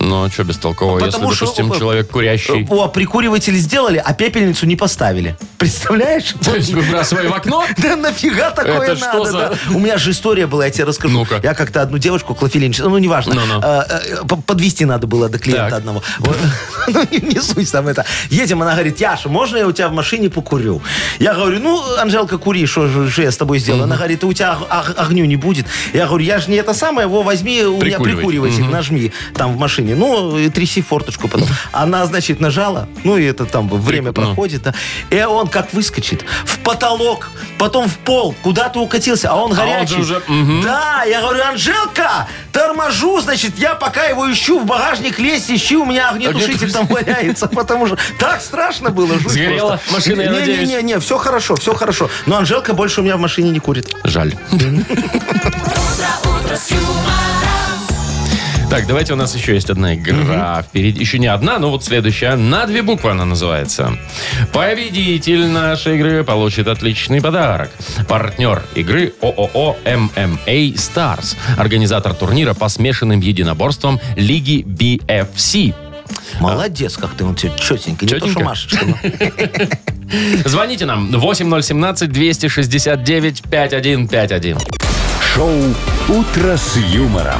Ну, что бестолковая, если,
Потому что,
допустим,
э,
человек курящий.
О, прикуриватель сделали, а пепельницу не поставили. Представляешь?
То есть выбрасывай в окно?
Да нафига такое
Это
надо?
что за-
да? У меня же история была, я тебе расскажу.
Ну-ка.
Я как-то одну девочку клофелинчила, ну неважно,
Ну-ну.
э, э, по- подвести надо было до клиента
Так.
одного. Вот. Ну не- не суть там это. Едем, она говорит, Яша, можно я у тебя в машине покурю? Я говорю, ну, Анжелка, кури, что же же я с тобой сделаю? Она говорит, у тебя ог- огню не будет. Я говорю, я же не это самое, его возьми, у меня
Прикуривай.
прикуриватель, нажми там в машине. Ну, и тряси форточку потом. Она, значит, нажала, ну, и это там время
ну.
проходит проходит, да. И он как выскочит в потолок, потом в пол, куда-то укатился, а он горячий.
же уже, мгм.
Да, я говорю, Анжелка, торможу, значит, я пока его ищу, в багажник лезь, ищи, у меня огнетушитель там валяется, потому что так страшно было. жуть
Сгорела
просто.
машина, я
не,
надеюсь.
Не, не, не, все хорошо, все хорошо. Но Анжелка больше у меня в машине не курит.
Жаль. Так, давайте у нас еще есть одна игра. Впереди еще не одна, но вот следующая. На две буквы она называется. Победитель нашей игры получит отличный подарок. Партнер игры ООО ММА Stars. Организатор турнира по смешанным единоборствам Лиги BFC. А?
Молодец, как ты, он тебе четенько, не то что
Чётенько?
машешь. что-
Звоните нам 8017-269-5151.
Шоу «Утро с юмором»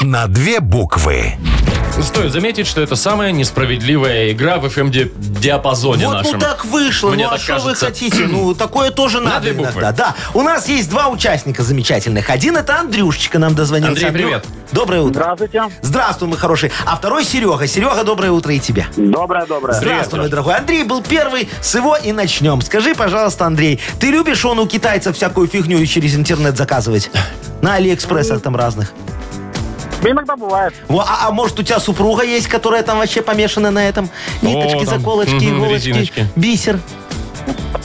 На две буквы.
Стоит заметить, что это самая несправедливая игра в FM-диапазоне
Вот
нашем.
ну так вышло.
Мне
ну а
так
что вы
кажется.
хотите? Ну такое тоже
На
надо
две буквы.
иногда. Да. У нас есть два участника замечательных. Один это Андрюшечка нам дозвонился.
Андрей,
Андрю-
привет.
Доброе утро.
Здравствуйте.
Здравствуй, мой хороший. А второй Серега. Серега, доброе утро и тебе.
Доброе-доброе.
Здравствуй, мой дорогой. Андрей был первый, с его и начнем. Скажи, пожалуйста, Андрей, ты любишь он у китайцев всякую фигню и через интернет заказывать? На Алиэкспрессах там разных.
Иногда бывает.
Во, А, а может, у тебя супруга есть, которая там вообще помешана на этом? Ниточки,
там,
заколочки,
мгм,
иголочки,
резиночки.
бисер.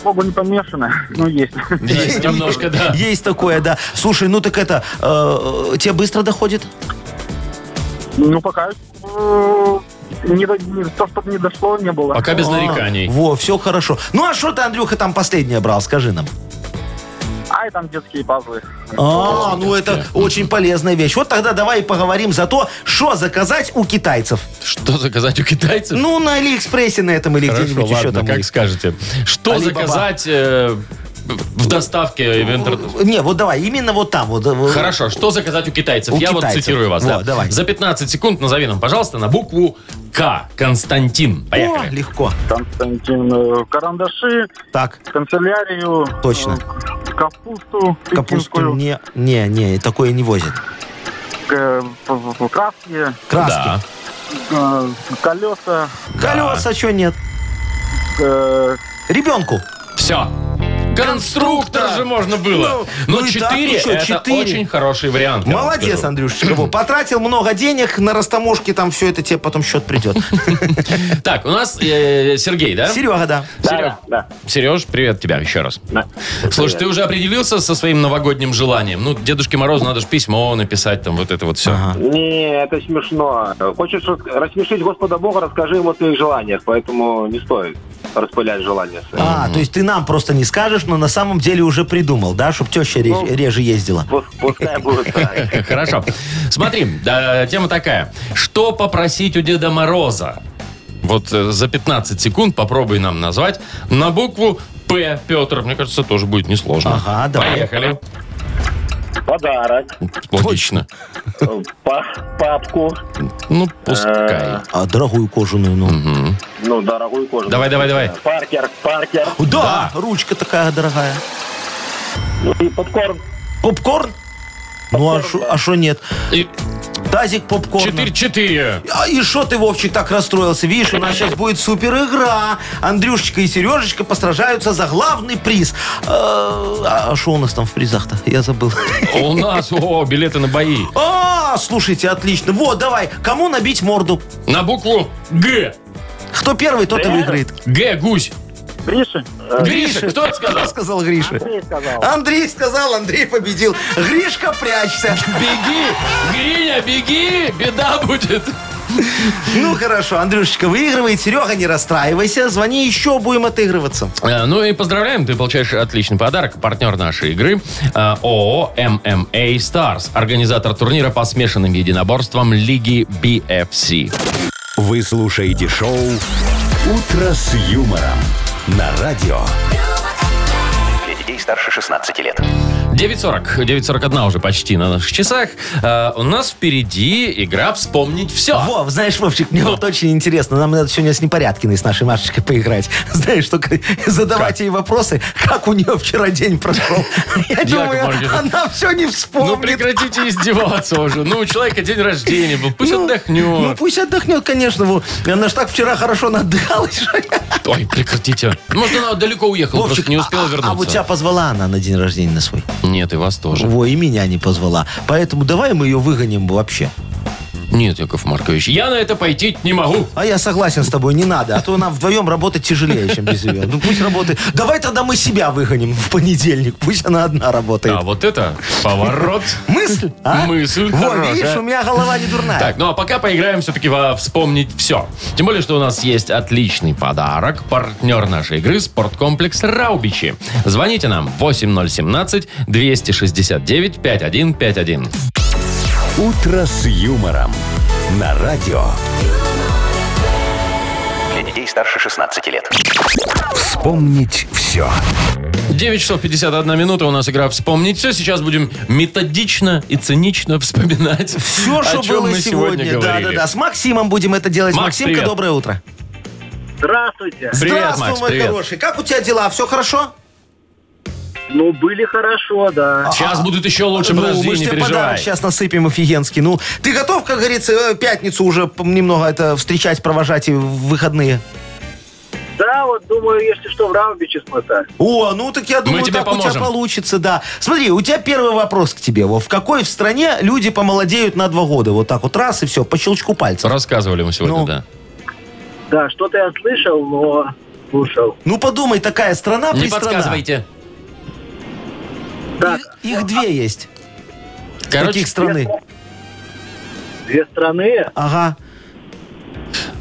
Богу не помешано. Ну, есть.
Есть немножко, да.
Есть такое, да. Слушай, ну так это, э, тебе быстро доходит?
Ну, пока э, не, до- не- то, чтобы не дошло, не было.
Пока без
А,
нареканий.
Во, все хорошо. Ну а что ты, Андрюха, там последнее брал, скажи нам.
Ай, там детские пазлы.
А, ну это очень полезная вещь. Вот тогда давай и поговорим за то, что заказать у китайцев.
Что заказать у китайцев?
Ну, на Алиэкспрессе на этом или
Хорошо,
где-нибудь еще
ладно,
там. у
как
них.
скажете. Что
Алибаба.
заказать э, в доставке в интернет?
Не, вот давай, именно вот там. Вот, э,
Хорошо, что заказать у китайцев?
У
Я вот
китайцев.
цитирую вас. да.
Во, давай.
За 15 секунд назови нам, пожалуйста, на букву К. Константин.
О,
Поехали.
легко.
Константин, э, карандаши,
Так,
канцелярию.
Точно.
э, Капусту.
капусту
пекинскую,
не, не, не, такое не возят.
э, п- п- Краски,
Краски.
Да.
э, колеса,
Колеса, что нет?
э,
Ребенку.
Все. Конструктор же можно было.
Ну,
Но
ну и так
4
еще,
это
четыре.
очень хороший вариант. я вам
Молодец,
скажу.
Андрюшечка. Во, Потратил много денег на растаможке, там все это тебе потом счет придет.
Так, у нас э, Сергей, да?
Серега, да.
Серег, Сереж, привет тебя еще раз. Слушай, ты уже определился со своим новогодним желанием? Ну, Дедушке Морозу надо же письмо написать, там вот это вот все.
Ага.
Не, это смешно. Хочешь рас- рассмешить Господа Бога, расскажи ему о своих желаниях, поэтому не стоит распылять желания свои.
А, то есть ты нам просто не скажешь, но на самом деле уже придумал, да, чтобы теща реже, реже ездила.
Пус- Пускай будет так.
Хорошо. Смотри, да, тема такая. Что попросить у Деда Мороза? Вот э, за 15 секунд попробуй нам назвать на букву П. Петр, мне кажется, тоже будет несложно.
Ага, давай.
Поехали.
Подарок,
Логично.
э, па- папку,
Ну, пускай.
А, дорогую кожаную, ну.
ну, дорогую кожу.
Давай, давай, давай.
Паркер, паркер,
Да, ручка такая дорогая.
ну и попкорн.
Попкорн? Ну, а что а нет?
И
тазик попкорна.
4-4.
А и что ты, Вовчик, так расстроился? Видишь, у нас сейчас будет супер игра. Андрюшечка и Сережечка постраждаются за главный приз. Э, А что у нас там в призах-то? Я забыл.
А У нас, о, билеты на бои.
А, слушайте, отлично. Вот, давай, кому набить морду?
На букву Г.
Кто первый, тот и выиграет.
Г, гусь. Э,
Гриша,
Гриша, кто это сказал?
Кто сказал Гриша?
ты сказал.
Андрей сказал, Андрей победил. Гришка, прячься.
Беги, Гриня, беги, беда будет.
Ну хорошо, Андрюшечка выигрывает, Серега, не расстраивайся, звони еще, будем отыгрываться.
Э, Ну и поздравляем, ты получаешь отличный подарок. Партнер нашей игры э, ООО «ММА Старс», организатор турнира по смешанным единоборствам Лиги BFC.
Вы слушаете шоу «Утро с юмором» на радио.
Для детей старше 16 лет.
9.40, 9.41 уже почти на наших часах. Э, У нас впереди игра «Вспомнить все».
Вов, знаешь, Вовчик, мне вот очень интересно, нам надо сегодня с Непорядкиной, с нашей Машечкой поиграть. Знаешь, только задавать ей вопросы, как у нее вчера день прошел. Я думаю,
Маркович.
она все не
Ну
вспомнит.
прекратите издеваться уже. Ну у человека день рождения был, пусть
Ну, Ну,
отдохнет.
пусть отдохнет, конечно. Вов. Она ж так вчера хорошо надыхалась. что я-
Ой, прекратите. Может, она далеко уехала,
Вовчик,
Ну, просто не успела
а-
вернуться.
А вот тебя позвала она на день рождения на свой.
Нет, и вас тоже.
Во, и меня не позвала. Поэтому давай мы ее выгоним вообще.
Нет, Яков Маркович, я на это пойти не могу.
А я согласен с тобой, не надо. А то нам вдвоем работать тяжелее, чем без ее. Ну пусть работает. Давай тогда мы себя выгоним в понедельник. Пусть она одна работает.
А вот это поворот.
Мысль, а?
Мысль
Во,
хорошая.
видишь, у меня голова не дурная.
Так, ну а пока поиграем все-таки во «Вспомнить все». Тем более, что у нас есть отличный подарок. Партнер нашей игры – спорткомплекс «Раубичи». Звоните нам 8017-269-5151.
«Утро с юмором» на радио.
Для детей старше 16 лет.
Вспомнить все.
9 часов 51 минута у нас игра «Вспомнить все». Сейчас будем методично и цинично вспоминать
Все,
о
что
чем
было
мы сегодня,
сегодня. Да, да,
говорили.
да. С Максимом будем это делать.
Макс,
Максимка,
привет.
доброе утро.
Здравствуйте.
Привет,
Здравствуй,
Макс,
мой
привет.
хороший. Как у тебя дела? Все хорошо?
Ну, были хорошо,
А-
да.
А, Сейчас будут еще лучше,
Ну,
подожди,
мы ж
не
тебе
переживай.
подарок сейчас насыпем офигенский. Ну, ты готов, как говорится, э, пятницу уже п- немного это встречать, провожать и в выходные?
Да, вот думаю, если что, в Раубиче смотать.
О, ну так я думаю,
тебе
так у
поможем.
тебя получится, да. Смотри, у тебя первый вопрос к тебе. Вов. В какой в стране люди помолодеют на два года? Вот так вот раз и все, по щелчку пальца.
Рассказывали мы сегодня,
Ну.
да.
Да, что-то я слышал, но слушал.
Ну подумай, такая страна
Не
пристрана.
подсказывайте.
Так,
Их, их две есть,
Короче,
таких страны.
две страны,
Ага.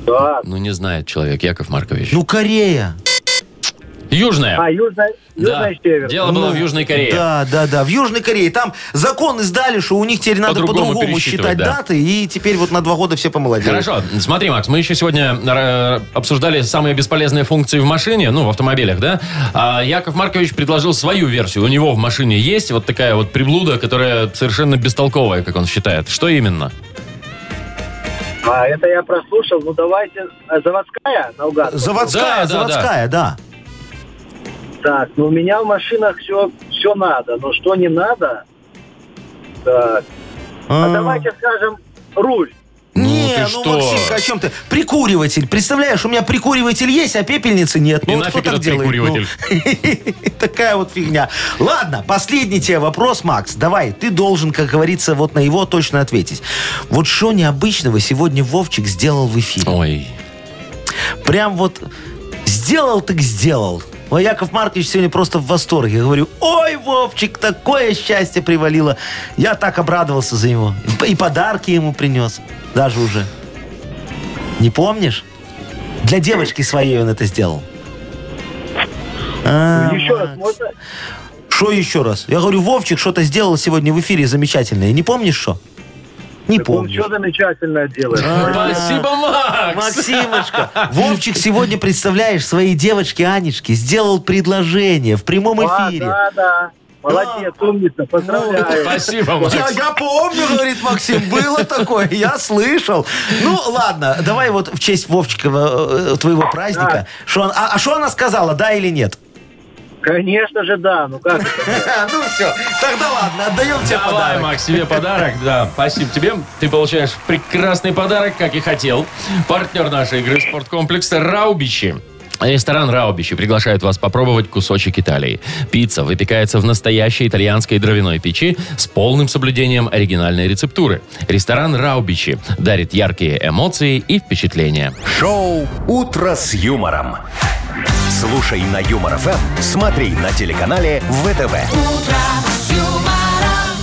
да.
ну не знает человек, Яков Маркович.
Ну, Корея.
Южная.
А, Южная,
Да.
Южная и Северная.
Дело было
Ну,
в Южной Корее.
Да, да, да. В Южной Корее. Там закон издали, что у них теперь надо
По-другому
по-другому
пересчитывать,
считать
да.
даты, и теперь вот на два года все помолодеют.
Хорошо, смотри, Макс, мы еще сегодня э, обсуждали самые бесполезные функции в машине, ну, в автомобилях, да? А Яков Маркович предложил свою версию. У него в машине есть вот такая вот приблуда, которая совершенно бестолковая, как он считает. Что именно?
А, это я прослушал. Ну, давайте... а, Заводская? Наугад.
Заводская,
Да, да,
заводская, да.
Так, ну, у меня в машинах все, все надо. Но что не надо... Так, а
А.
давайте скажем руль.
Ну,
Не,
ты
ну,
что?
Максимка, о чем ты? Прикуриватель. Представляешь, у меня прикуриватель есть, а пепельницы нет. Ну,
И
вот
нафиг
кто так
этот
делает?
прикуриватель?
Ну, такая вот фигня. Ладно, последний тебе вопрос, Макс. Давай, ты должен, как говорится, вот на его точно ответить. Вот что необычного сегодня Вовчик сделал в эфире?
Ой.
Прям вот сделал так сделал. Ой, Яков Маркович сегодня просто в восторге. Я говорю, ой, Вовчик, такое счастье привалило. Я так обрадовался за него. И подарки ему принес. Даже уже. Не помнишь? Для девочки своей он это сделал. А,
Еще Ну, раз можно?
Что еще раз? Я говорю, Вовчик что-то сделал сегодня в эфире замечательное. Не помнишь что? Не
Он
помню.
все замечательно делает.
Спасибо, Макс!
Максимушка, Вовчик сегодня, представляешь, своей девочке Анечке сделал предложение в прямом
А,
эфире.
да, да. Молодец, умница, поздравляю.
Спасибо, Макс.
Я, я помню, говорит Максим, было такое, я слышал. Ну, ладно, давай вот а в честь Вовчикова э, твоего праздника. Шо он- а что она сказала, да или нет?
Конечно же, да. Ну как? это?
Ну все, тогда ладно, отдаем тебе
Давай,
подарок.
Макс, тебе подарок. Да, спасибо тебе. Ты получаешь прекрасный подарок, как и хотел. Партнер нашей игры спорткомплекс «Раубичи». Ресторан «Раубичи» приглашает вас попробовать кусочек Италии. Пицца выпекается в настоящей итальянской дровяной печи с полным соблюдением оригинальной рецептуры. Ресторан «Раубичи» дарит яркие эмоции и впечатления.
Шоу «Утро с юмором». Слушай на Юмор ФМ, смотри на телеканале ВТВ.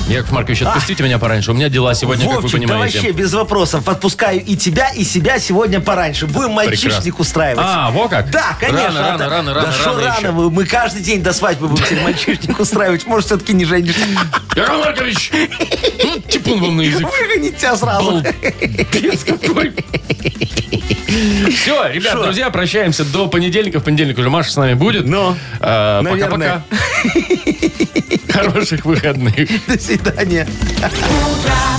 Яков Маркович, отпустите меня пораньше. У меня дела сегодня, как вы
А. Вовчик, да вообще
понимаете.
без вопросов. Отпускаю и тебя, и себя сегодня пораньше. Будем мальчишник
Прекрасно.
устраивать.
А, во как?
Да,
Рано,
конечно.
рано, рано,
а так-
рано,
Да что
рано еще.
рано, вы- мы каждый день до свадьбы будем тебе мальчишник устраивать. Может, все-таки не женишься.
Яков Маркович! ну, Типун вам на язык.
Выгонить тебя сразу.
Балбес какой. Все, ребят,
Шо?
друзья, прощаемся до понедельника. В понедельник уже Маша с нами будет.
Ну,
А,
наверное.
Пока-пока. Хороших выходных.
До свидания.
утро